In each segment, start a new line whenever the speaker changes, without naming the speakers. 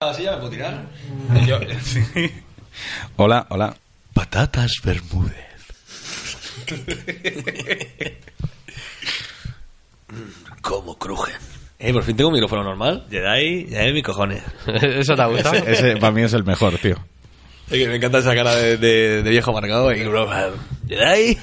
Así ya me puedo tirar. Yo-
Hola, hola.
Patatas Bermúdez. ¿Cómo crujen?
Eh, por fin tengo un micrófono normal. Jedi, Jedi, mis cojones.
¿Eso te ha gustado?
Ese para mí es el mejor, tío.
Es que me encanta esa cara de, de- de viejo amargado. Y, bro, Jedi.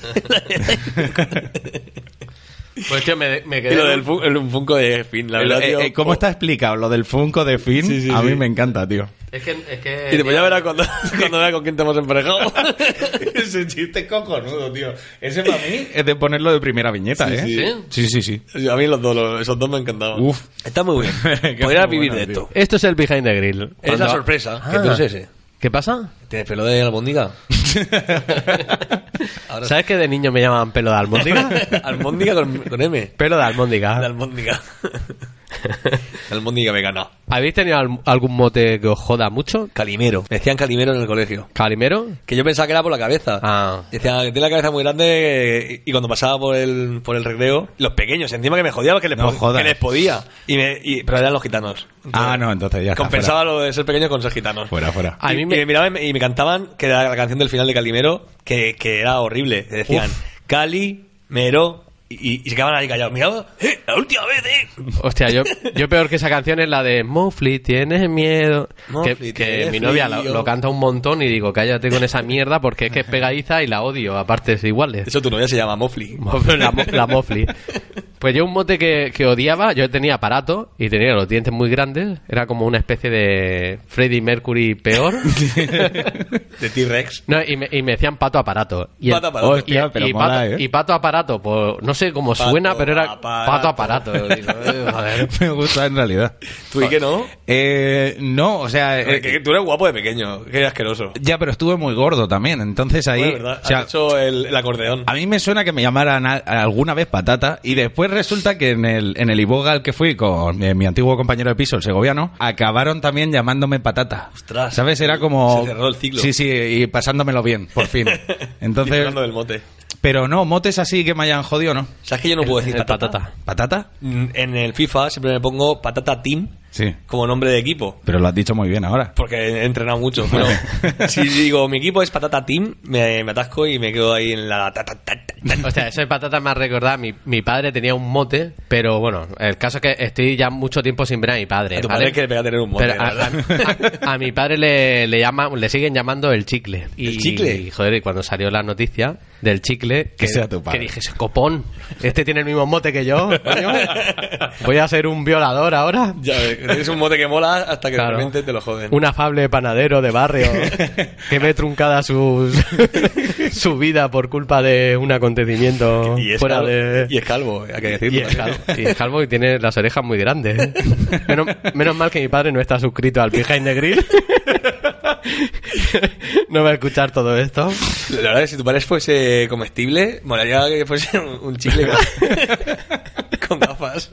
Pues tío, me, me
y
quedé...
lo del fun- el Funko de Finn, la
El-
verdad,
eh,
tío.
eh, ¿Cómo está explicado lo del Funko de Finn?
Sí, sí,
a mí
sí.
me encanta, tío.
Es que... Es que
Y después ya verás cuando, cuando vea con quién te hemos emparejado.
Ese chiste cojonudo, tío. Ese para mí es de ponerlo de primera viñeta, ¿eh?
sí.
Sí, sí, sí.
A mí los dos, los- esos dos me encantaban.
Uf.
Está muy bien.
Qué
Podría
muy
vivir
buena,
de
tío.
esto.
Esto es el Behind the Grill.
Es la
Cuando-
sorpresa.
Ah.
Que tú eres ese.
¿Qué pasa?
¿Tienes pelo de albóndiga? Ahora
¿Sabes que de niño me llamaban pelo de almóndiga?
Almóndiga con, con M.
pelo de
De
Ah.
almóndiga.
almóndiga. De almóndiga vegana.
¿Habéis tenido al- algún mote que os joda mucho?
Calimero. Me decían calimero en el colegio.
¿Calimero?
Que yo pensaba que era por la cabeza.
Ah.
Decía que tiene la cabeza muy grande eh, y y cuando pasaba por el, por el recreo, los pequeños, encima que me jodía porque les,
No
po-
jodas.
que les podía. Y me- y- pero eran los gitanos.
Ah, no, entonces ya está,
Compensaba lo de ser pequeño con ser gitanos.
Fuera, fuera.
A
y,
mí
y
me-
me... miraban y me cantaban que era la canción del final de Calimero, que, que era horrible. Que decían, Cali, Mero, y, y- y se quedaban ahí callados. Miraba, ¡eh! La última vez, eh.
Hostia, yo, yo peor que esa canción es la de Mofli, tienes miedo.
Mofli,
que que
tienes
mi novia lo,
frío.
lo canta un montón y digo, cállate con esa mierda porque es que es pegadiza y la odio, aparte es iguales.
Eso tu novia se llama Mofli.
La, mo- la mofli. Pues yo un mote que, que odiaba, yo tenía aparato y tenía los dientes muy grandes, era como una especie de Freddie Mercury peor.
De T-Rex.
No, y me, y me decían pato aparato. Y
Pato aparato.
Hostia, pero
y
mola,
pato,
¿eh?
y pato aparato, pues no sé cómo
Pato
suena, pero era
aparato.
pato aparato. Digo, eh, joder.
Me gusta en realidad.
¿Tú y qué no?
Eh, no, o sea, eh,
Eh, que- que tú eres guapo de pequeño, que eres asqueroso.
ya, pero estuve muy gordo también. Entonces ahí,
Bueno, de verdad,
o sea,
has hecho el, el acordeón.
A mí me suena que me llamaran a- alguna vez patata y después resulta que en el, en el Iboga al que fui con eh, mi antiguo compañero de piso, el segoviano, acabaron también llamándome patata.
Ostras.
¿Sabes? Era como...
Se cerró el ciclo.
Sí, sí, y pasándomelo bien, por fin.
Y
Entonces...
hablando del mote.
Pero no, motes así que me hayan jodido, ¿no?
¿Sabes que yo no puedo decir
El
patata?
patata.
¿Patata?
Mm, En el FIFA siempre me pongo patata team
Sí.
como nombre de equipo.
Pero lo has dicho muy bien ahora.
Porque he entrenado mucho, pero si digo mi equipo es patata team, me, me atasco y me quedo ahí en la ta, ta, ta, ta, ta.
O sea, eso de patata me ha recordado. Mi, mi padre tenía un mote, pero bueno, el caso es que estoy ya mucho tiempo sin ver a mi padre.
A tu
eh, ¿vale?
padre que le a tener un mote,
Pero ah, a,
la verdad.
a- a- a mi padre le, le llama, le siguen llamando el chicle. Y,
¿El chicle?
y, joder, y cuando salió la noticia del chicle, que,
sea tu padre.
que dije, "Ese copón, este tiene el mismo mote que yo. coño. Voy a ser un violador ahora.
Ya ves, tienes un mote que mola hasta que
Claro.
de repente te lo joden.
Un afable panadero de barrio que ve truncada su, su vida por culpa de un acontecimiento
Y es,
fuera
calvo,
de...
y es calvo, hay que decirlo.
Y es calvo, y es calvo y tiene las orejas muy grandes. ¿eh? Menos, menos mal que mi padre no está suscrito al Behind the Grill. No va a escuchar todo esto.
La verdad es que si tu padre fuese comestible, molaría que fuese un, un chicle con, con gafas.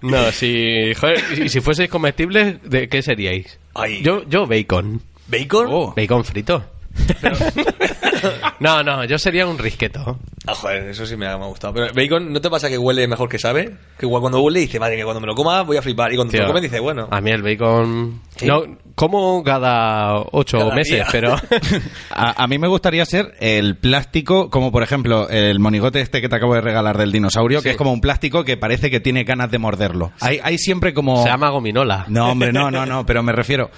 No, si, joder, y si fueseis comestibles, ¿de qué seríais?
Ay.
Yo, yo bacon.
¿Bacon?
Oh.
Bacon frito. No, no, yo sería un risqueto.
Ah, joder, eso sí me ha, me ha gustado. Pero bacon, ¿no te pasa que huele mejor que sabe? Que igual cuando huele dice, madre mía, cuando me lo coma voy a flipar. Y cuando te
Tío,
lo comes dice, bueno.
A mí el bacon...
Sí.
No, como cada ocho
Cada
meses,
día.
pero...
A, a mí me gustaría ser el plástico, como por ejemplo el monigote este que te acabo de regalar del dinosaurio, que es como un plástico que parece que tiene ganas de morderlo. Hay, hay siempre como...
Se llama gominola.
No, hombre, no, no, no, pero me refiero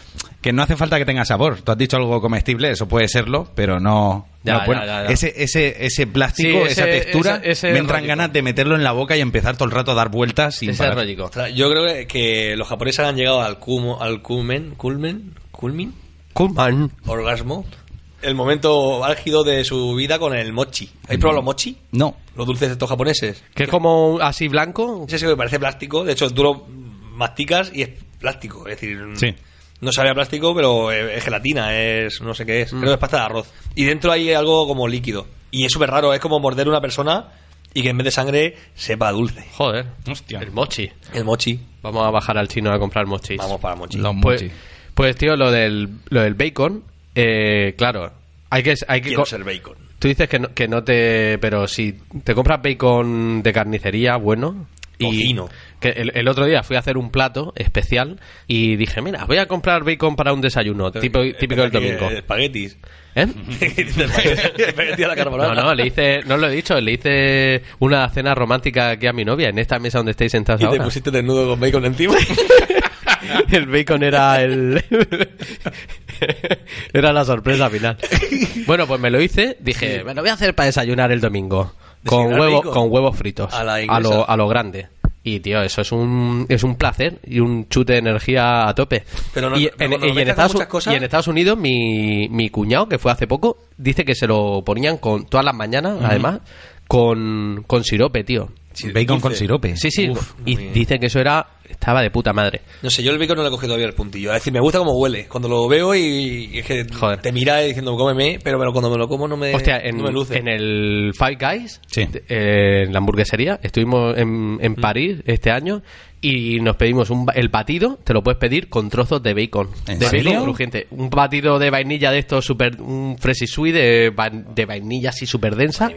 que no hace falta que tenga sabor. Tú has dicho algo comestible, eso puede serlo, pero no.
Ya,
no,
ya,
bueno,
ya, ya.
Ese, ese, ese plástico,
Sí, ese-
esa textura,
esa- ese
me entran
rollico.
ganas de meterlo en la boca y empezar todo el rato a dar vueltas sin
Ese
parar.
rollico.
Ostras, Yo creo que- que los japoneses han llegado al, cumo, al culmen, culmen, culmin,
Kulman.
orgasmo. El momento álgido de su vida con el mochi. ¿Habéis probado los mochi?
No.
Los dulces estos japoneses.
Que es como un- así blanco.
Es eso que parece plástico. De hecho, tú lo masticas y es plástico. Es decir,
Sí.
No sabe a plástico, pero eh, es gelatina, es no sé qué es. Creo que es pasta de arroz. Y dentro hay algo como líquido. Y es súper raro, es como morder una persona y que en vez de sangre sepa a dulce.
Joder.
Hostia.
El mochi.
El mochi.
Vamos a bajar al chino a comprar mochis.
Vamos para mochi.
Los
Pues,
mochi.
pues, tío, lo del, lo del bacon, eh, claro, hay que... Hay que
Quiero
co-
ser bacon.
Tú dices que no, que no te... Pero si te compras bacon de carnicería, bueno...
Tocino.
Que el, el otro día fui a hacer un plato especial y dije, mira, voy a comprar bacon para un desayuno, tipo- típico del
Espagueti-
domingo.
eh, Espaguetis.
¿Eh?
Espagueti a la carbonara.
No, no, le hice, no lo he dicho, le hice una cena romántica aquí a mi novia, en esta mesa donde estáis sentados
Y te
ahora.
pusiste desnudo con bacon encima.
el bacon era el era la sorpresa final. Bueno, pues me lo hice, dije, me lo voy a hacer para desayunar el domingo con
¿Desayunar
huevo,
bacon?
con huevos fritos
A la inglesa.
a lo a lo grande. Y tío, eso es un es un placer y un chute de energía a tope.
Pero no-
y,
pero cuando
y
mezclas con
Estados,
muchas cosas-
y en Estados Unidos mi, mi cuñado que fue hace poco dice que se lo ponían con todas las mañanas, además con con sirope, tío.
Sí,
Bacon
dulce.
con sirope.
Sí, sí,
Uf,
y
muy bien.
dice que eso era estaba de puta madre.
No sé, yo el bacon no le he cogido todavía el puntillo. Es decir, me gusta cómo huele. Cuando lo veo y, y es que
Joder.
te mira diciendo cómeme, pero, pero cuando me lo como no me,
Hostia, en,
no me luce.
en el Five Guys,
Sí.
eh, en la hamburguesería, estuvimos en,
Mm.
en París este año y nos pedimos un, ba- el batido, te lo puedes pedir con trozos de bacon.
¿En
de
serio?
bacon crujiente. Un batido de vainilla de estos, super, un fresisui de, va- de vainilla así súper densa,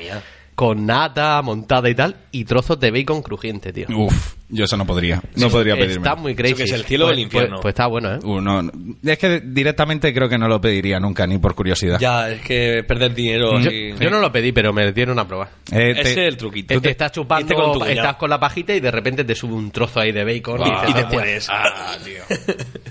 con nata montada y tal, y trozos de bacon crujiente, tío.
Uf, yo eso no podría. No podría pedirme.
Está muy crazy.
Eso que es el cielo
Pues-
o el infierno.
Pues, pues está bueno, ¿eh?
Uh, no, no. es que directamente creo que no lo pediría nunca, ni por curiosidad.
Ya, es que perder dinero.
Yo,
y-
yo no lo pedí, pero me dieron a probar.
Eh,
Ese es
te-
el truquito.
Te, te Este estás chupando,
Viste con tu cuñado.
estás con la pajita y de repente te sube un trozo ahí de bacon
Y- y te
"Hostia, Ah,
mueres. Ah,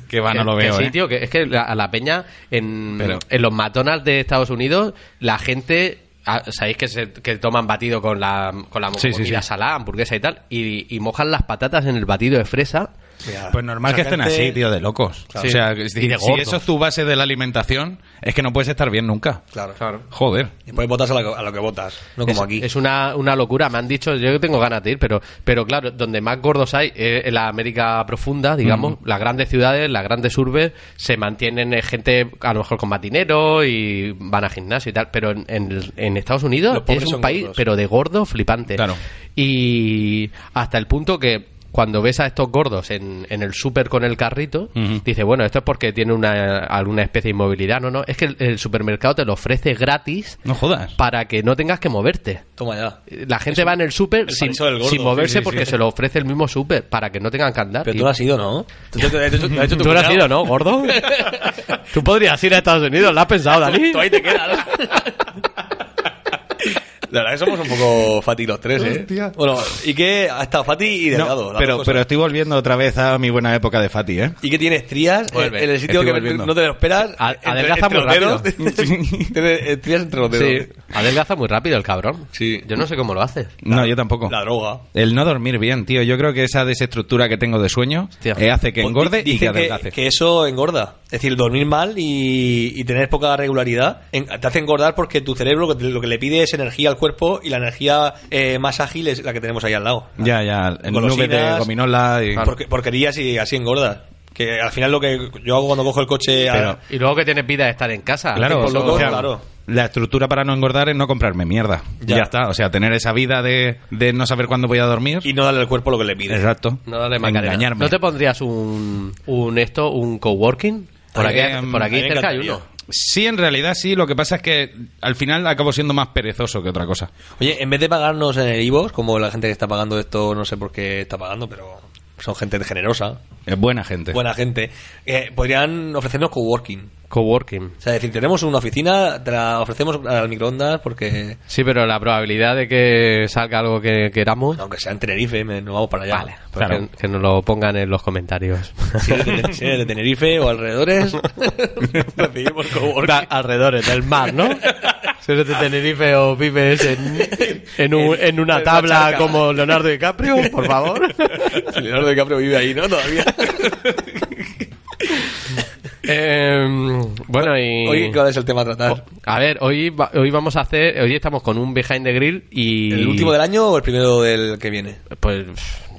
Que va, no lo
que- que
veo,
sí,
eh.
tío, que es que la- a la peña en,
Pero-
en los matonas de Estados Unidos, la gente. ah, Sabéis que, se, que toman batido con la, con la
Sí, sí,
comida
sí.
salada, hamburguesa y tal, y, y mojan las patatas en el batido de fresa.
Mira,
Pues normal
mucha
que estén
gente-
así, tío, de locos.
Claro.
O sea,
Sí.
que
Y
si,
de
si
gordos.
eso es tu base de la alimentación, es que no puedes estar bien nunca.
Claro.
Joder.
Y puedes votas a, lo que- a lo que votas, no como
es,
aquí.
es una, una locura, me han dicho, yo tengo ganas de ir, pero, pero claro, donde más gordos hay, eh, en la América profunda, digamos, las grandes ciudades, las grandes urbes, se mantienen eh, gente a lo mejor con matinero y van a gimnasio y tal, pero en, en- en Estados Unidos
Los pobres
es un
son
país,
gordos.
pero de gordo flipante.
Claro.
Y hasta el punto que cuando ves a estos gordos en, en el súper con el carrito, dice, bueno, esto es porque tiene una, alguna especie de inmovilidad. No, no, es que el, el supermercado te lo ofrece gratis
No jodas.
para que no tengas que moverte.
Toma ya.
La gente va en el súper
el
sin,
paraíso del gordo.
sin moverse
Sí, sí, sí.
porque se lo ofrece el mismo súper para que no tengan que andar.
Pero
Y-
tú no has ido, ¿no? Tú, tú- tú- tú- tú has hecho tu
Tú no has
cuñado.
ido, ¿no, gordo? tú podrías ir a Estados Unidos, ¿lo has pensado, Dani?
Tú ahí te quedas. La verdad que somos un poco Fati los tres, ¿eh?
Hostia.
Bueno, y que ha estado Fati y
No,
Delgado. las
pero,
dos cosas.
pero estoy volviendo otra vez a mi buena época de Fati, ¿eh?
y que tienes trías en
Vuelve.
en el sitio
Estoy
que
volviendo.
no te lo esperas.
A-
entre-
adelgaza
entre
muy
los
rápido.
dedos. Tienes eh, trías entre los dedos.
Sí, adelgaza muy rápido el cabrón.
Sí.
Yo no sé cómo lo hace.
No, yo tampoco.
La droga.
El no dormir bien, tío. Yo creo que esa desestructura que tengo de sueño
Hostia.
eh, hace que
Pues di-
engorde y que
dicen
adelgace.
que eso engorda. Es decir, dormir mal y, y tener poca regularidad en- te hace engordar porque tu cerebro lo que, te- lo que le pide es energía al cuerpo y la energía eh, más ágil es la que tenemos ahí al lado.
Ya, ya. En nube de
Golosinas.
gominola y...
Porque- porquerías y así engordas. Que al final lo que yo hago cuando cojo el coche... a-
Pero-
Y luego que tienes vida de estar en casa.
Claro,
por
Eso-
loco,
o sea,
claro.
La estructura para no engordar es no comprarme mierda.
Ya.
Ya, está. O sea, tener esa vida de, de no saber cuándo voy a dormir.
y no darle al cuerpo lo que le pide.
Exacto.
No dale Macarena.
Engañarme.
¿No te pondrías un, un esto, un coworking? Por aquí,
Eh,
por
a
aquí
mí me
cerca hay
encantaría.
uno.
Sí, en realidad sí. Lo que pasa es que al final acabo siendo más perezoso que otra cosa.
Oye, en vez de pagarnos en el IVOS, como la gente que está pagando esto, no sé por qué está pagando, pero son gente generosa,
Es buena gente.
buena gente, eh, podrían ofrecernos coworking.
Coworking.
O sea, decir, tenemos una oficina, te la ofrecemos al microondas porque,
Sí, pero la probabilidad de que salga algo que queramos...
aunque sea en Tenerife, me- nos vamos para allá.
Vale, pues
Claro.
que, que nos lo pongan en los comentarios.
Si eres, de, si eres de Tenerife o alrededores, recibimos coworking.
Da- alrededores del mar, ¿no? Si eres de Tenerife o vives en, en, un-
En-
en una
en
tabla
Machaca.
como Leonardo DiCaprio, por favor.
Leonardo DiCaprio vive ahí, ¿no? Todavía.
Eh, bueno, y...
Oye, ¿cuál es el tema a tratar?
a ver, hoy, va- hoy vamos a hacer... Hoy estamos con un behind the grill y...
¿El último del año o el primero del que viene?
Pues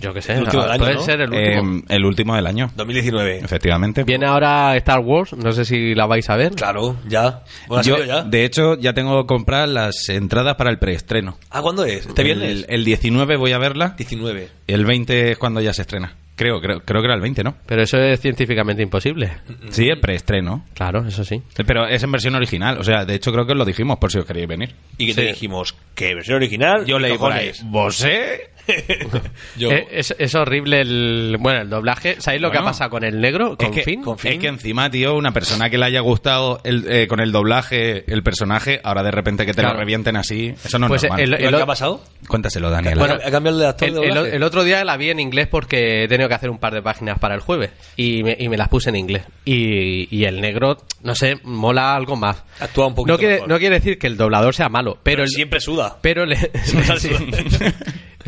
Yo qué sé,
El último del año,
puede
¿no? Em,
ser el último.
Eh, el último del año,
2019.
efectivamente.
Viene ahora Star Wars, no sé si la vais a ver.
Claro, ya. Bueno, ha
Yo,
salido ya.
De hecho, ya tengo que comprar las entradas para el preestreno.
¿Ah, cuándo es? ¿Este viernes?
El, el 19 voy a verla.
19.
El 20 es cuando ya se estrena. Creo, creo, creo que era el 20, ¿no?
Pero eso es científicamente imposible.
Mm.
Sí, el preestreno. Eh,
Claro, eso sí.
Pero es en versión original. O sea, de hecho creo que os lo dijimos por si os queríais venir.
Y que te
Sí.
dijimos que versión original.
Yo
y
leí por ahí.
cojones.
¿Vos eh?
Yo.
Eh, Es, es horrible el, bueno, el doblaje. ¿Sabéis lo que
Bueno.
ha pasado con el negro? ¿Con
es que,
Finn?
Es que encima, tío, una persona que le haya gustado el, eh, con el doblaje el personaje, ahora de repente que te
Claro.
lo revienten así, eso no
Pues
es normal.
el-
¿Pero
el-
¿Qué ha pasado?
Cuéntaselo, Daniel.
Bueno,
¿Ha cambiado el de actor
El,
de
el-
doblaje?
el otro día la vi en inglés porque he tenido que hacer un par de páginas para el jueves y me, y me las puse en inglés. Y, y el negro, no sé, mola algo más.
Actúa un poquito
No quiere,
mejor.
no quiere decir que el doblador sea malo, pero, el-
Siempre suda.
Pero le,
Sí.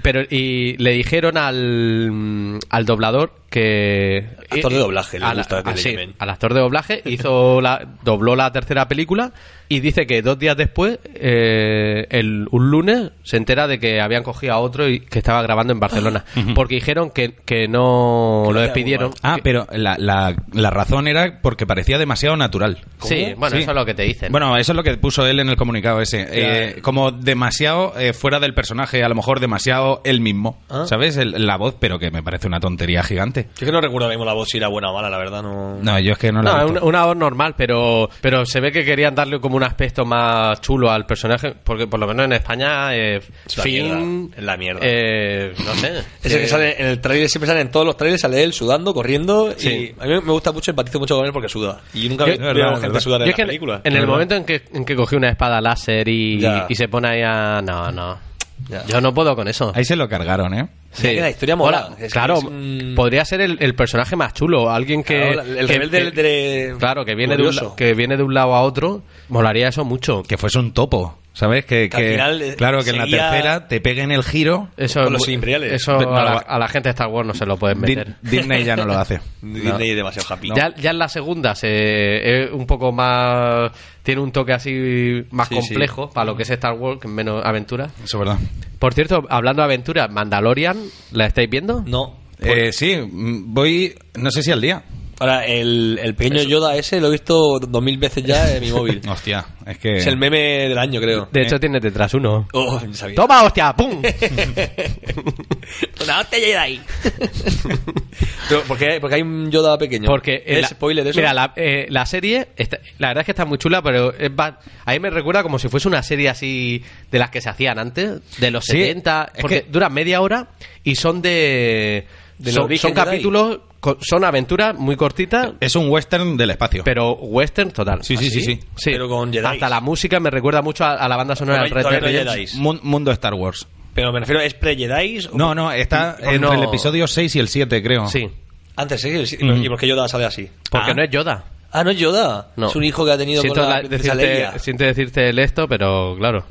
pero y le dijeron al, mm, al doblador que
Actor de doblaje, le
al-
gusta que
ah,
le
sí,
llamen.
al actor de doblaje hizo la dobló la tercera película y dice que dos días después eh, el, un lunes se entera de que habían cogido a otro y que estaba grabando en Barcelona porque dijeron que, que
Ah.
no
Que no
lo
era
despidieron
muy
Ah, pero la, la- la razón era porque parecía demasiado natural.
sí bueno
Sí.
eso es lo que te dicen
Bueno, eso es lo que puso él en el comunicado ese. Eh, como demasiado eh, fuera del personaje, a lo mejor demasiado él mismo. ¿Sabes? El- la voz, pero que me parece una tontería gigante.
Yo es que no recuerdo ahora mismo la voz si era buena o mala, la verdad. No.
No, yo es que no la he
No, es
visto.
una, una voz normal, pero, pero se ve que querían darle como un aspecto más chulo al personaje, porque por lo menos en España, eh,
Es la
Finn...
mierda, es la mierda.
eh, no sé.
Ese que
eh,
sale en el trailer, siempre sale en todos los trailers, sale él sudando, corriendo.
Sí.
Y a mí me gusta mucho, empatizo mucho con él porque suda. Y nunca
Yo-
veo
es verdad, es
gente
verdad.
sudar
yo
en
es
las
que en-
películas.
en el momento en que, en que cogió una espada láser y,
Ya.
y se pone ahí a... No, no.
Ya.
Yo no puedo con eso.
Ahí se lo cargaron, ¿eh?
Sí.
Es que la historia mola.
Hola,
Es-
claro,
es un-
podría ser el, el personaje más chulo, alguien que...
Claro, el
que-
rebelde
que-
de-
Claro, que viene, de un,
curioso.
la- que viene de un lado a otro. Molaría eso mucho.
Que fuese un topo, ¿sabes? Que,
Que al
que-
final, eh,
claro, que en la
seguía-
tercera te peguen el giro.
Eso,
Con los imperiales.
Eso
Pero no
a,
lo
la,
va-
a la gente de Star Wars no se lo pueden
Di-
meter.
Disney ya no lo hace.
Disney es demasiado happy.
Ya, ya en la segunda se, es un poco más. Tiene un toque así más
Sí,
complejo para lo que es Star Wars, que es menos aventura.
Eso es verdad.
Por cierto, hablando de aventura, Mandalorian, ¿la estáis viendo?
No.
Eh, sí, mm, voy, no sé si al día.
Ahora, el, el pequeño Yoda ese lo he visto dos mil veces ya en mi móvil.
Hostia, es que...
Es el meme del año, creo.
De hecho, tiene detrás uno.
Oh, no sabía.
¡Toma, hostia! ¡Pum!
Una hostia Jedi. Pero, ¿por, qué, por qué hay un Yoda pequeño?
Porque en
¿Es
la-
spoiler eso?
Mira, la, eh, la serie, está- la verdad es que está muy chula, pero es ba- a mí me recuerda como si fuese una serie así de las que se hacían antes, de los
Sí,
70,
es
porque
que-
dura media hora y son de...
Del
son,
origen
son
Jedi.
capítulos, co- son aventuras muy cortitas,
Es un western del espacio.
pero western total.
Sí, sí,
¿Ah,
sí, sí.
Pero con Jedis.
Hasta la música me recuerda mucho a, a la banda sonora
Todavía-
del Red Dead
todavía no hay
Redemption.
Jedis.
Mun- mundo Star Wars.
Pero me refiero, ¿es pre-Jedi?
No, no, está
Oh,
Pues
entre
no.
el episodio 6 y el 7, creo.
Sí,
Antes, ¿eh? Sí,
Mm.
¿Y por qué Yoda sale así?
porque
Ah.
no es Yoda.
Ah, no es Yoda.
No.
Es un hijo que ha tenido
siento
con la
la-
princesa Leia. Ah.
decirte, siento decirte el esto, pero claro.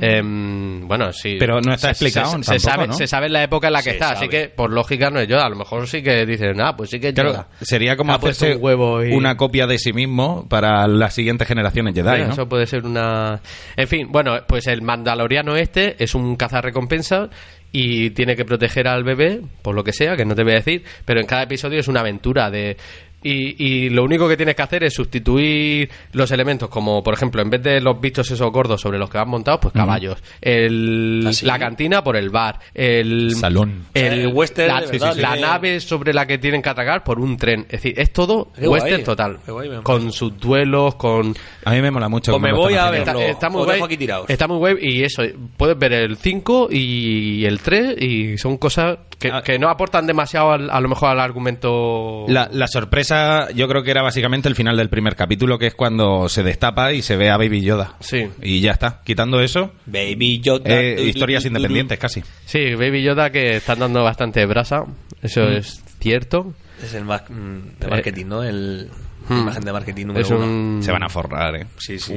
Em, bueno, sí.
Pero no está explicado
Se,
tampoco,
sabe,
¿no?
se sabe la época en la
Se
que está,
sabe.
así que por lógica no es Yoda. A lo mejor sí que dicen, ah, pues sí que es
Claro,
Yoda.
sería como
Ha puesto
hacerse
Ah, pues un huevo y-
una copia de sí mismo para las siguientes generaciones Jedi,
Bueno,
¿no?
Eso puede ser una. En fin, bueno, pues el mandaloriano este es un cazarrecompensas y tiene que proteger al bebé, por lo que sea, que no te voy a decir, pero en cada episodio es una aventura de. Y, y lo único que tienes que hacer es sustituir los elementos, como por ejemplo, en vez de los bichos esos gordos sobre los que van montados, pues caballos. El-
¿Ah, sí?
La cantina por el bar. El
Salón.
O sea, el western,
La,
de verdad,
la
tiene-
nave sobre la que tienen que atacar por un tren. Es decir, es todo
Qué
western
guay,
total.
qué guay, me
con sus duelos, con
A mí me mola mucho.
Pues
cómo
me
lo
voy
están
a
haciendo.
ver.
Está,
verlo.
está muy
Os
guay.
dejo aquí tirados.
Está muy guay y eso, puedes ver el 5 y el 3 y son cosas que,
Ah.
que no aportan demasiado al- a lo mejor al argumento.
La, la sorpresa, yo creo que era básicamente el final del primer capítulo, que es cuando se destapa y se ve a Baby Yoda.
Sí.
Y ya está. Quitando eso,
Baby Yoda.
eh,
du- du-
historias
du- du-
independientes casi.
Sí, Baby Yoda que están dando bastante brasa, eso
Mm.
es cierto.
Es el ma- mm, de marketing, ¿no? El imagen de marketing número
Mm. Es
uno.
un...
Se van a forrar, ¿eh?
Sí, sí.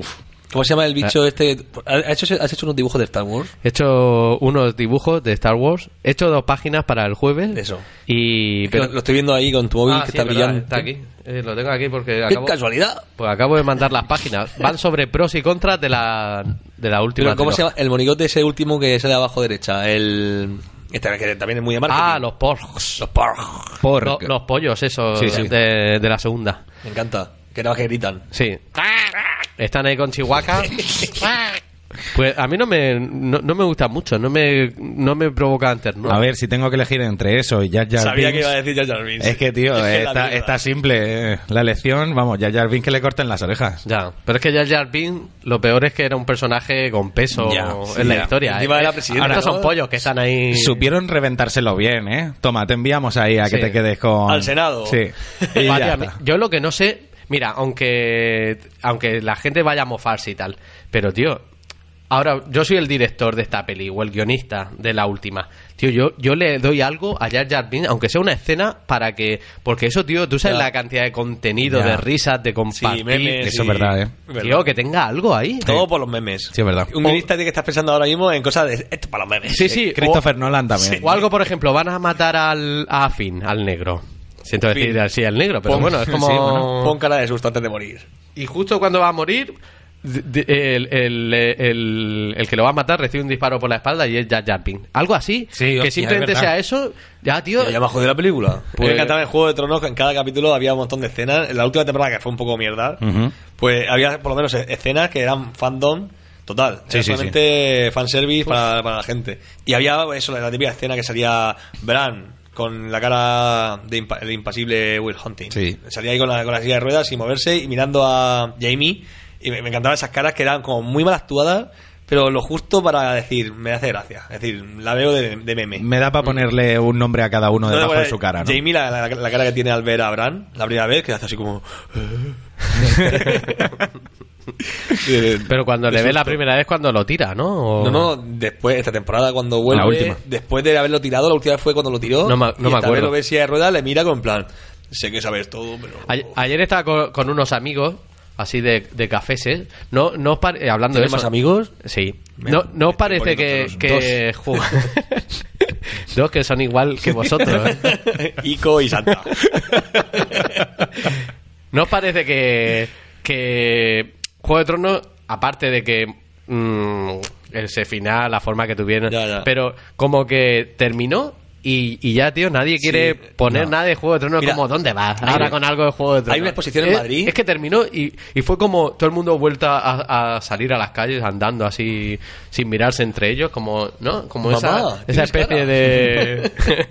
¿Cómo se llama el
Ah.
bicho este? ¿Has hecho, has hecho unos dibujos de Star Wars?
He hecho unos dibujos de Star Wars, he hecho dos páginas para el jueves.
Eso.
Y...
Lo, lo estoy viendo ahí con tu móvil
Ah,
que
sí,
está
es verdad,
brillando.
está aquí. Eh, lo tengo aquí porque
¡Qué
acabo...
casualidad!
Pues acabo de mandar las páginas. Van sobre pros y contras de la, de la última.
Pero ¿cómo se
trilogía.
llama? El monigote ese último que sale abajo derecha. El... Esta que también es muy de marketing.
Ah, los porgs.
Los porg.
Pork.
Lo- los pollos, esos
Sí, sí.
De, de la segunda.
Me encanta. Que nada más que gritan.
Sí. Están ahí con Chihuahua. Pues a mí no me, no, no me gusta mucho, no me, no me provocan ternura.
A ver, si tengo que elegir entre eso y Jar Jar
Sabía
Binks-
que iba a decir Jar Jar Binks.
Es que, tío,
Es que la
está,
mierda.
está simple. eh. La elección, vamos, Jar Jar Binks que le corten las orejas.
Ya, pero es que Jar Jar Binks, lo peor es que era un personaje con peso
Ya, sí,
en la
ya.
historia.
Encima
eh.
era presidente,
Ahora
¿no?
son pollos que están ahí.
Supieron reventárselo bien, ¿eh? Toma, te enviamos ahí a que
Sí.
te quedes con...
Al Senado.
Sí. Y
Vale,
ya
a mí-
está.
yo lo que no sé, mira, aunque aunque la gente vaya a mofarse y tal, pero tío, ahora yo soy el director de esta peli o el guionista de la última. Tío, yo yo le doy algo a Jar Jar Binks, aunque sea una escena para que porque eso, tío, tú sabes
Ya.
la cantidad de contenido
Ya.
de risas, de
Sí,
compartir.
memes.
Eso es
y-
verdad, ¿eh?
Tío, que tenga algo ahí.
Todo por los memes.
Sí, es verdad.
Un guionista tiene que estar pensando ahora mismo en cosas de esto para los memes. Eh,
Sí, sí.
Eh, Christopher
o-
Nolan también.
O algo, por ejemplo, van a matar al, a Finn, al negro. Siento decir
Finn.
así al negro, pero
Pon-
bueno, es como...
Sí, bueno. Pon cara de susto antes de morir.
Y justo cuando va a morir, de- de- el, el- el- el que lo va a matar recibe un disparo por la espalda y es Jar Jar Binks. Algo así,
Sí,
que
hostia,
simplemente
es verdad.
sea eso, ya, tío.
Ya me ha jodido la película.
Pues-
Me encantaba en Juego de Tronos, que en cada capítulo había un montón de escenas. En la última temporada, que fue un poco mierda,
Ujú.
pues había por lo menos escenas que eran fandom total.
Sí,
Era
sí,
solamente fanservice para, para la gente. Y había eso, la típica escena que salía Bran con la cara de impa- el impasible Will Hunting.
Sí.
Salía ahí con la, con la silla de ruedas sin moverse y mirando a Jamie. Y me, me encantaban esas caras que eran como muy mal actuadas. Pero lo justo para decir, me hace gracia. Es decir, la veo de, de meme.
Me da para ponerle un nombre a cada uno
Mm. No,
debajo
bueno,
de su cara, ¿no?
Jamie, la, la- la cara que tiene al ver a Bran, la primera vez, que hace así como. eh.
Pero cuando le ve la primera vez, cuando lo tira, ¿no? O-
No, no, después, esta temporada, cuando vuelve.
La última.
Después de haberlo tirado, la última vez fue cuando lo tiró.
No me- no
y
me
esta
acuerdo.
vez lo ve en silla de ruedas, le mira con plan. Sé que sabes todo, pero.
Ayer, ayer estaba con, con unos amigos, así de, de cafeses. No, no os pare- eh, hablando de
¿Tienes
eso.
más amigos?
Sí.
Me-
no, ¿No os
estoy
parece que,
poniendo
que juega- dos que son igual que vosotros? ¿eh?
Ico y Santa.
¿No os parece que, que Juego de Tronos, aparte de que mm, ese final, la forma que tuvieron,
Ya, ya.
pero como que terminó y, y ya, tío, nadie quiere poner nada de Juego de Tronos
Mira,
como ¿dónde vas?
hay
Ahora
una-
con algo de Juego de Tronos.
hay una exposición en
Es-
Madrid.
Es que terminó y, y fue como todo el mundo vuelta a, a salir a las calles andando así, sin mirarse entre ellos, como, ¿no? Como
Mamá,
esa, esa
tienes
especie
cara.
de...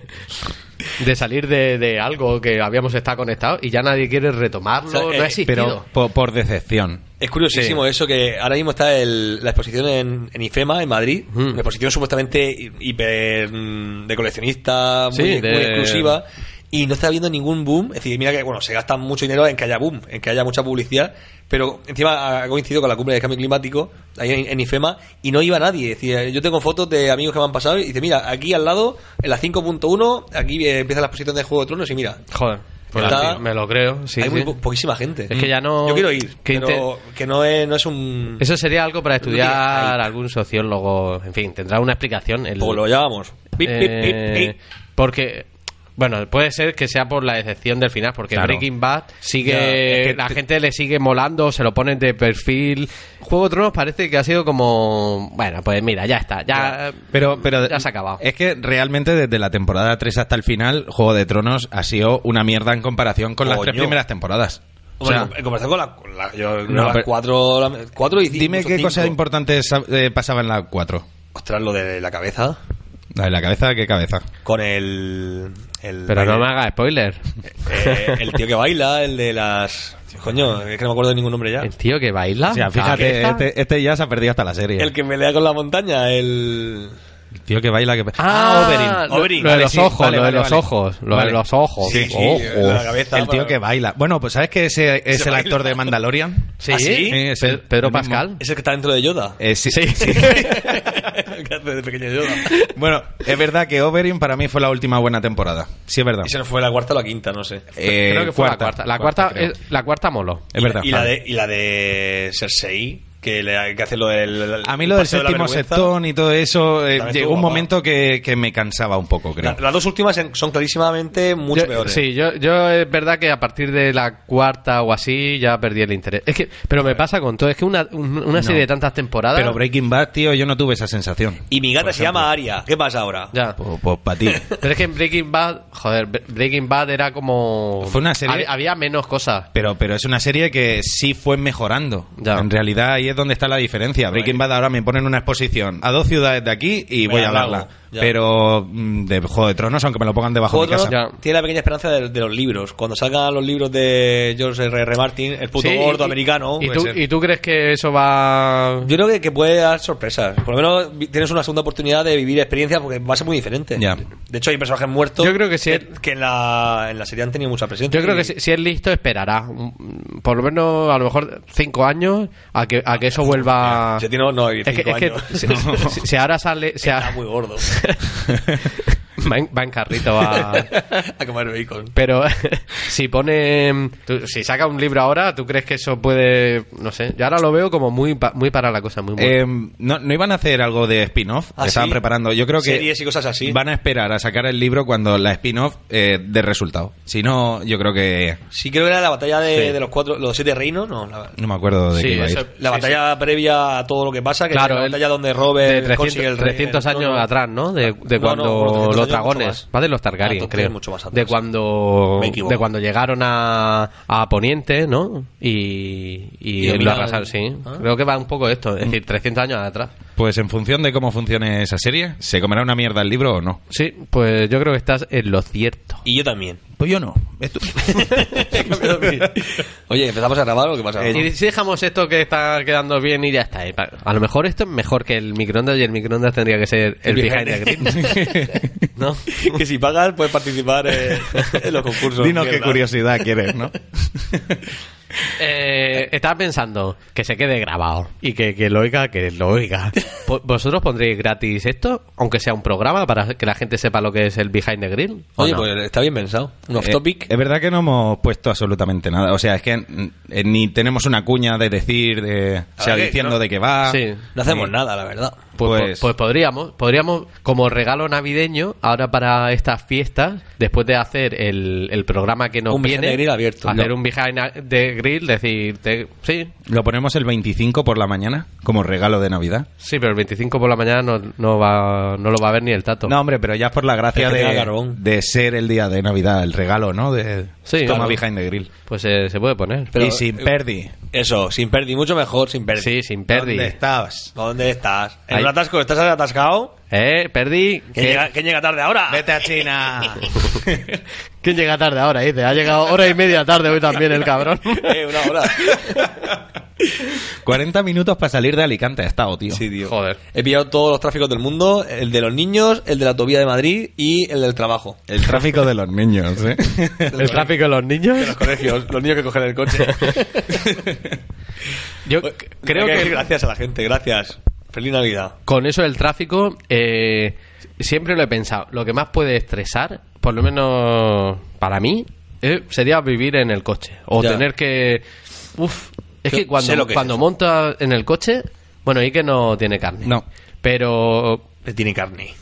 De salir de, de algo que habíamos estado conectados y ya nadie quiere retomarlo.
O sea,
no ha
eh,
existido.
Pero po- por decepción.
Es curiosísimo eso que ahora mismo está el- la exposición en, en IFEMA, en Madrid,
Ujú.
una exposición supuestamente hi- hiper mm, de coleccionista, muy,
Sí, de-
muy exclusiva, y no está habiendo ningún boom. Es decir, mira que bueno, se gasta mucho dinero en que haya boom, en que haya mucha publicidad, pero encima ha coincidido con la cumbre del cambio climático ahí en, en IFEMA y no iba nadie. Es decir, yo tengo fotos de amigos que me han pasado y dice, mira, aquí al lado, en la 5.1, aquí eh, empieza la exposición de Juego de Tronos y mira,
Joder, pues
Está-
así, me lo creo. sí,
hay muy
sí.
po- poquísima gente.
Es que ya no-
Yo quiero ir,
que
pero que no es, no es un...
Eso sería algo para
tienes
estudiar
hype.
algún sociólogo. En fin, tendrá una explicación. El,
O lo llamamos. Pip, pip, pip,
Eh,
pip.
porque, bueno, puede ser que sea por la decepción del final, porque
Claro.
Breaking Bad sigue.
Ya, es que
la
te-
gente le sigue molando, se lo ponen de perfil. Juego de Tronos parece que ha sido como. Bueno, pues mira, ya está. Ya,
Pero, pero eh,
ya se ha acabado.
Es que realmente desde la temporada 3 hasta el final, Juego de Tronos ha sido una mierda en comparación con las
Coño.
tres primeras temporadas. O
Hombre,
sea,
en comparación con la, con la- yo creo
No,
las
pero-
cuatro, la- cuatro y cinco.
dime qué
cinco.
cosa importante sa- eh, pasaba en la 4.
Ostras, lo de la cabeza.
La de la cabeza, ¿qué cabeza?
Con el. el
pero no
el-
me haga spoiler.
eh, El tío que baila, el de las. Coño, es que no me acuerdo de ningún nombre ya.
El tío que baila.
O sea, fíjate,
cabeza.
este, este ya se ha perdido hasta la serie.
Ah, El que pelea con la montaña, el.
El tío que baila, que...
Ah,
Oberyn.
Lo,
Oberyn.
lo de
Vale,
los
sí,
ojos,
vale,
lo de
vale,
los
vale.
ojos, lo de
Vale.
los ojos.
Sí, sí,
Ojo. Eh,
la cabeza.
el tío
para-
que baila. Bueno, pues ¿sabes que ese es
Se
el
baila.
actor de Mandalorian?
Sí,
¿Ah, sí?
es el-
Pe- Pedro
el mismo.
Pascal.
Es el que está dentro de Yoda.
Eh, sí.
que hace de pequeño Yoda.
bueno, es verdad que Oberyn para mí fue la última buena temporada. Sí, es verdad.
Y se nos fue la cuarta o la quinta, no sé.
Eh,
Creo que fue la cuarta. La cuarta,
creo.
es- la cuarta moló.
Es verdad.
Y la,
vale.
de, y la de Cersei. que, le, que hace lo del.
A mí
el
lo del
paseo de la
séptimo
vergüenza.
sectón y todo eso, eh,
También
llegó
estuvo
un
guapa.
momento que, que me cansaba un poco, creo.
La- las dos últimas en- son clarísimamente mucho eh.
Yo-
peores.
Sí, yo, yo es verdad que a partir de la cuarta o así ya perdí el interés. Es que, pero me pasa con todo, es que una, un- una serie de tantas temporadas.
Pero Breaking Bad, tío, yo no tuve esa sensación.
Y mi gata se llama Aria. ¿Qué pasa ahora?
Ya.
Pues, para ti.
Pero es que en Breaking Bad, joder, Bre- Breaking Bad era como.
Fue una serie-
Hab- Había, menos cosas.
Pero, pero es una serie que sí fue mejorando.
Ya.
En realidad ahí es donde está la diferencia. Breaking Bad ahora me ponen una exposición a dos ciudades de aquí y
Me
voy a
la
hablarla.
hago, ya.
Pero mm, de Juego de Tronos, aunque me lo pongan debajo
Juego
de mi
de
casa.
Tronos
Ya.
tiene la pequeña esperanza de, de los libros. Cuando salgan los libros de George R. Martin, el puto
Sí, y-
gordo
y-
americano.
¿Y
puede
tú,
ser.
¿Y tú crees que eso va.?
Yo creo que, que puede dar sorpresas. Por lo menos vi- tienes una segunda oportunidad de vivir experiencias porque va a ser muy diferente.
Ya.
De hecho, hay personajes muertos
Yo creo que sí.
que, que en, la, en la serie han tenido mucha presencia.
Yo creo que
Y-
si, si es listo, esperará. Un- Por lo menos, a lo mejor, cinco años a que, a que eso vuelva.
Yo tengo no,
Es que, es que
años.
si, si- si ahora sale. Si
Está
a-
muy gordo.
va, en, va en carrito a.
a comer bacon.
Pero si pone. tú- si saca un libro ahora, ¿tú crees que eso puede.? No sé. Yo ahora lo veo como muy, pa- muy para la cosa, muy bueno.
Eh, no, no iban a hacer algo de spin-off.
¿Ah,
Estaban
sí?
preparando. Yo creo que
Series y cosas así.
van a esperar a sacar el libro cuando la spin-off eh, dé resultado. Si no, yo creo que
Sí, creo que era la batalla de,
Sí.
de los cuatro, los siete reinos, no. La,
no me acuerdo de
Sí,
qué iba a
eso-
ir.
la
sí,
batalla previa a todo lo que pasa, que
Claro,
es la
el-
batalla donde
de
Robert
300,
consigue el rey-
300 años
no, no.
atrás, ¿no? De, de
No,
cuando
no, bueno, 300
los
años
dragones.
mucho más.
Va de los Targaryen,
Ah, entonces
creo.
mucho más atrás.
de cuando
Me equivoco.
de cuando llegaron a, a Poniente, ¿no? Y, y,
Y
lo
dominaron.
arrasaron, sí.
Ah. Mm.
Creo que va un poco esto, es decir, 300 años atrás.
Pues en función de cómo funcione esa serie, ¿se comerá una mierda el libro o no?
Sí, pues yo creo que estás en lo cierto.
Y yo también.
Pues yo no.
Oye, ¿empezamos a grabar o qué pasa?
Y si dejamos esto que está quedando bien y ya está. eh, pa- A lo mejor esto es mejor que el microondas y el microondas tendría que ser el, behind the green. ¿No?
que si pagas puedes participar eh, en los concursos.
Dinos qué
Mierda.
curiosidad quieres, ¿no?
Eh, estaba pensando que se quede grabado y que, que lo oiga, que lo oiga. Po- ¿Vosotros pondréis gratis esto, aunque sea un programa, para que la gente sepa lo que es el behind the green? ¿o
Oye,
no?
pues está bien pensado. Un off topic.
Eh, es verdad que no hemos puesto absolutamente nada. O sea, es que mm, eh, ni tenemos una cuña de decir, de, o sea,
que
diciendo
Ah, no-
de qué va. Eh,
Sí.
no hacemos nada, la verdad.
Pues,
Pues-
po- pues podríamos, podríamos, como regalo navideño, ahora para estas fiestas, después de hacer el, el programa que nos
Un behind the
viene,
grill abierto.
hacer
No.
un behind the grill, decir, te- sí,
Lo ponemos el 25 por la mañana como regalo de Navidad.
sí, pero el 25 por la mañana no, no va, no lo va a ver ni el tato.
No, hombre, pero ya es por la gracia
Es que tenga
de,
carbón.
de ser el día de Navidad, el regalo, ¿no? De
Sí,
toma
claro.
behind the grill.
Pues eh, se puede poner.
Pero- eh,
y sin perdi.
Eso, sin perdi, mucho mejor sin perdi.
sí, sin perdi.
¿Dónde estabas?
¿Dónde estás? En
Ahí.
un atasco, estás atascado.
Eh, perdí.
¿Quién llega, quién llega tarde ahora?
Vete a China.
¿Quién llega tarde ahora? Dice, ha llegado hora y media tarde hoy también el cabrón.
Eh, una hora.
40 minutos para salir de Alicante ha estado, tío.
Sí, tío.
Joder.
He pillado todos los tráficos del mundo: el de los niños, el de la autovía de Madrid y el del trabajo.
El tráfico de los niños, ¿eh?
El tráfico de los
De
niños.
los colegios, los niños que cogen el coche.
Yo
Pues,
c-
hay
creo
decir
que
Gracias a la gente, gracias. Feliz Navidad.
con eso del tráfico eh, siempre lo he pensado. Lo que más puede estresar, por lo menos para mí, eh, sería vivir en el coche o
Ya.
tener que. Uf, es
Yo
que cuando
sé lo que es
cuando
eso.
montas en el coche, bueno, y que no tiene carne.
No.
Pero
Le tiene carne.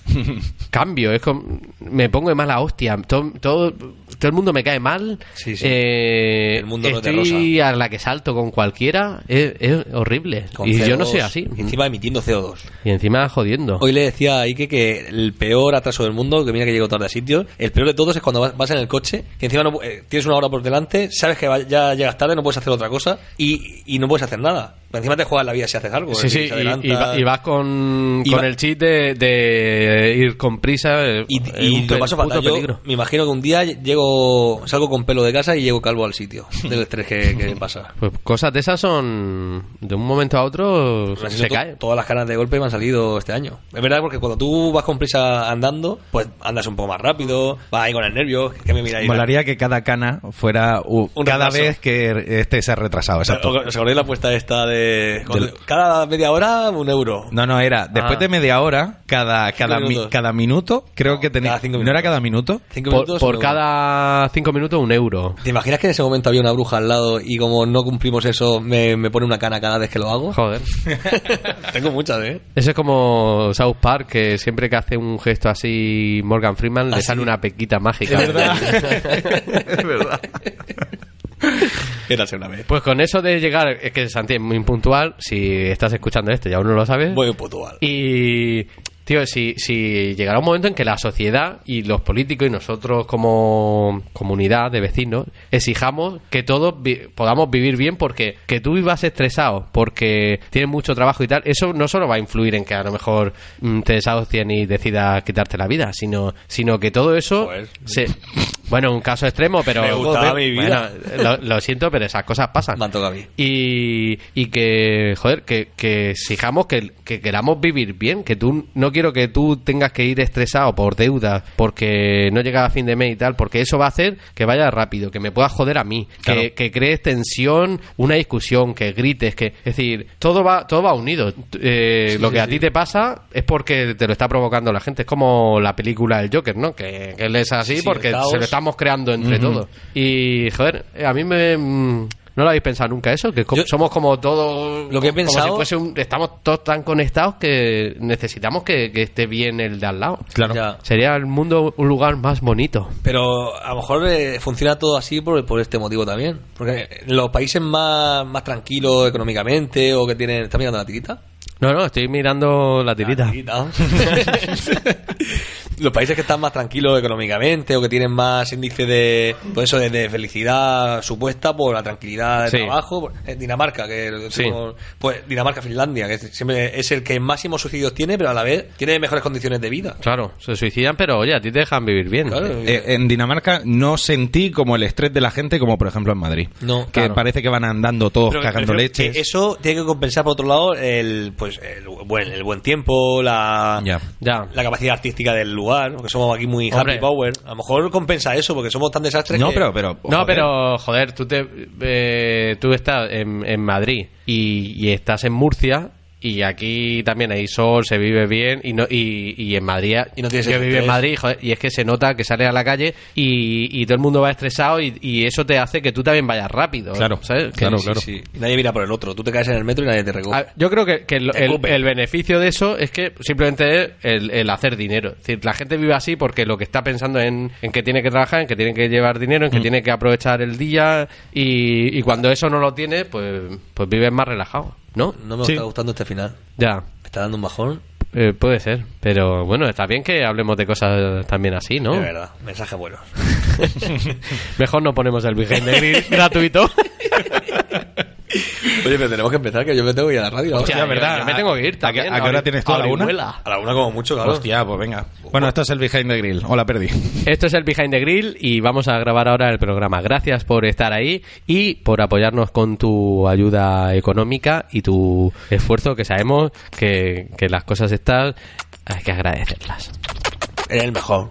cambio, es como, me pongo de mala hostia, todo, todo, todo el mundo me cae mal,
Sí, sí.
Eh,
El mundo no te
estoy a la que salto con cualquiera, es, es horrible,
Con
y yo no
CO2,
soy así,
Encima emitiendo CO2.
y encima jodiendo.
Hoy le decía a Ike que el peor atraso del mundo, que mira que llego tarde a sitios, el peor de todos es cuando vas, vas en el coche, que encima no, pu- eh, tienes una hora por delante, sabes que va- ya llegas tarde, no puedes hacer otra cosa y, y no puedes hacer nada. Pero encima te juegas la vida pues, si haces algo.
Sí,
es
sí,
decir,
y,
se adelanta.
y va- y vas con,
Y
con
va-
el chip de, de ir con prisa. eh,
Y-
es
y
un
lo
pe-
paso
puto
fatal. Yo
peligro.
me imagino que un día llego, salgo con pelo de casa y llego calvo al sitio del estrés que, que pasa.
Pues cosas de esas son, de un momento a otro,
Han sido
Pues se
to-
cae.
Todas las caras de golpe me han salido este año. Es verdad, porque cuando tú vas con prisa andando, pues andas un poco más rápido, vas ahí con el nervio, que me mira ahí.
Molaría que cada cana fuera u-
Un
cada
retraso.
vez que estés retrasado.
O sea,
Exacto.
¿Os acordáis la apuesta esta de de. cuando- Cada media hora, un euro.
No, no, era después
Ah.
de media hora, cada, cada, mi-
minutos.
cada minuto, creo que tenía.
cada cinco
¿No era
minutos.
cada minuto?
Cinco
Por,
minutos,
por
un euro.
cada cinco minutos, un euro.
¿Te imaginas que en ese momento había una bruja al lado y como no cumplimos eso, me, me pone una cana cada vez que lo hago?
Joder.
Tengo muchas, ¿eh?
Eso es como South Park, que siempre que hace un gesto así Morgan Freeman, le
Así.
sale una pequita mágica.
es verdad.
Érase una vez.
Pues con eso de llegar, es que Santi es muy impuntual, si estás escuchando esto, ya uno lo sabe.
Muy puntual.
Y, tío, si, si llegará un momento en que la sociedad y los políticos y nosotros como comunidad de vecinos exijamos que todos vi- podamos vivir bien porque que tú vivas estresado, porque tienes mucho trabajo y tal, eso no solo va a influir en que a lo mejor mm, te desahucien y decidas quitarte la vida, sino, sino que todo eso...
Joder.
se- bueno, un caso extremo, pero...
Me gustaba mi vida.
Bueno, lo, lo siento, pero esas cosas pasan.
Me han tocado a mí.
Y, y que, joder, que, que exijamos que, que queramos vivir bien, que tú no quiero que tú tengas que ir estresado por deudas, porque no llegas a fin de mes y tal, porque eso va a hacer que vaya rápido, que me puedas joder a mí, que-
Claro.
que, crees tensión, una discusión, que grites, que es decir, todo va, todo va unido. Eh, lo que a ti te pasa es porque te lo está provocando la gente, es como la película del Joker, ¿no? Que, que él es así
Sí,
porque
el caos.
se lo estamos creando entre todos. Y, joder, eh, a mí me... mm, ¿No lo habéis pensado nunca eso? Que co-
Yo-
somos como todos...
Lo que he
como
pensado-
si fuese un- estamos todos tan conectados que necesitamos que, que esté bien el de al lado.
Claro.
Ya.
Sería el mundo un lugar más bonito.
Pero a lo mejor eh, funciona todo así por, por este motivo también. Porque en los países más, más tranquilos económicamente o que tienen... ¿Estás mirando la tirita?
No, no, estoy mirando la tirita.
Los países que están más tranquilos económicamente o que tienen más índice de pues eso de, de felicidad supuesta por la tranquilidad del
Sí.
trabajo, por- eh, Dinamarca, que
Sí.
pues Dinamarca, Finlandia, que es- siempre es el que máximos suicidios tiene, pero a la vez tiene mejores condiciones de
Pues
vida.
Claro, se suicidan, pero oye, a ti te dejan vivir bien.
Claro.
Eh, en Dinamarca no sentí como el estrés de la gente, como por ejemplo en Madrid.
No,
que
claro.
parece que van andando todos
Pero
cagando
me refiero
leches.
que Eso tiene que compensar, por otro lado, el, pues, el, buen, el buen tiempo, la,
Ya.
Ya.
la capacidad artística del lugar, porque somos aquí muy
Hombre.
happy power. A lo mejor compensa eso, porque somos tan desastres
No,
que-
pero, pero.
No,
Pues, joder.
pero joder, tú te eh, tú estás en, en Madrid y, y estás en Murcia y aquí también hay sol, se vive bien y no y, y en Madrid
Y no tienes
yo
ese
vivo en
estrés.
Madrid joder, y es que se nota que sales a la calle y, y todo el mundo va estresado y, y eso te hace que tú también vayas rápido.
Claro,
¿sabes? Que-
claro,
sí,
claro.
sí.
Sí, nadie mira por el otro. Tú te caes en el metro y nadie te recoge.
Ah, Yo creo que, que el,
Te
el-
escupe.
el beneficio de eso es que simplemente es el, el hacer dinero. Es decir, la gente vive así porque lo que está pensando en, en que tiene que trabajar, en que tiene que llevar dinero, en que tiene que aprovechar el día y, y cuando eso no lo tiene, pues, pues vives más relajado, ¿no?
no me
sí.
está gustando este final.
Ya,
Me está dando un bajón.
eh, puede ser. Pero bueno, está bien que hablemos de cosas también así, ¿no?
De verdad, mensaje bueno.
Mejor no ponemos el Virgen de Gris gratuito.
Oye, pero tenemos que empezar, que yo me tengo que ir a la radio.
Hostia,
Hostia, ¿verdad?
yo- yo me tengo que ir
¿A qué-
también,
¿A qué hora
ahora-
tienes tú a la
ahora
una?
vuela.
A la una como mucho, claro.
Hostia, pues venga. Bueno, esto es el behind the grill. Hola, perdí.
Esto es el Behind the Grill y vamos a grabar ahora el programa. Gracias por estar ahí y por apoyarnos con tu ayuda económica y tu esfuerzo, que sabemos que, que las cosas estas hay que agradecerlas.
Eres el mejor.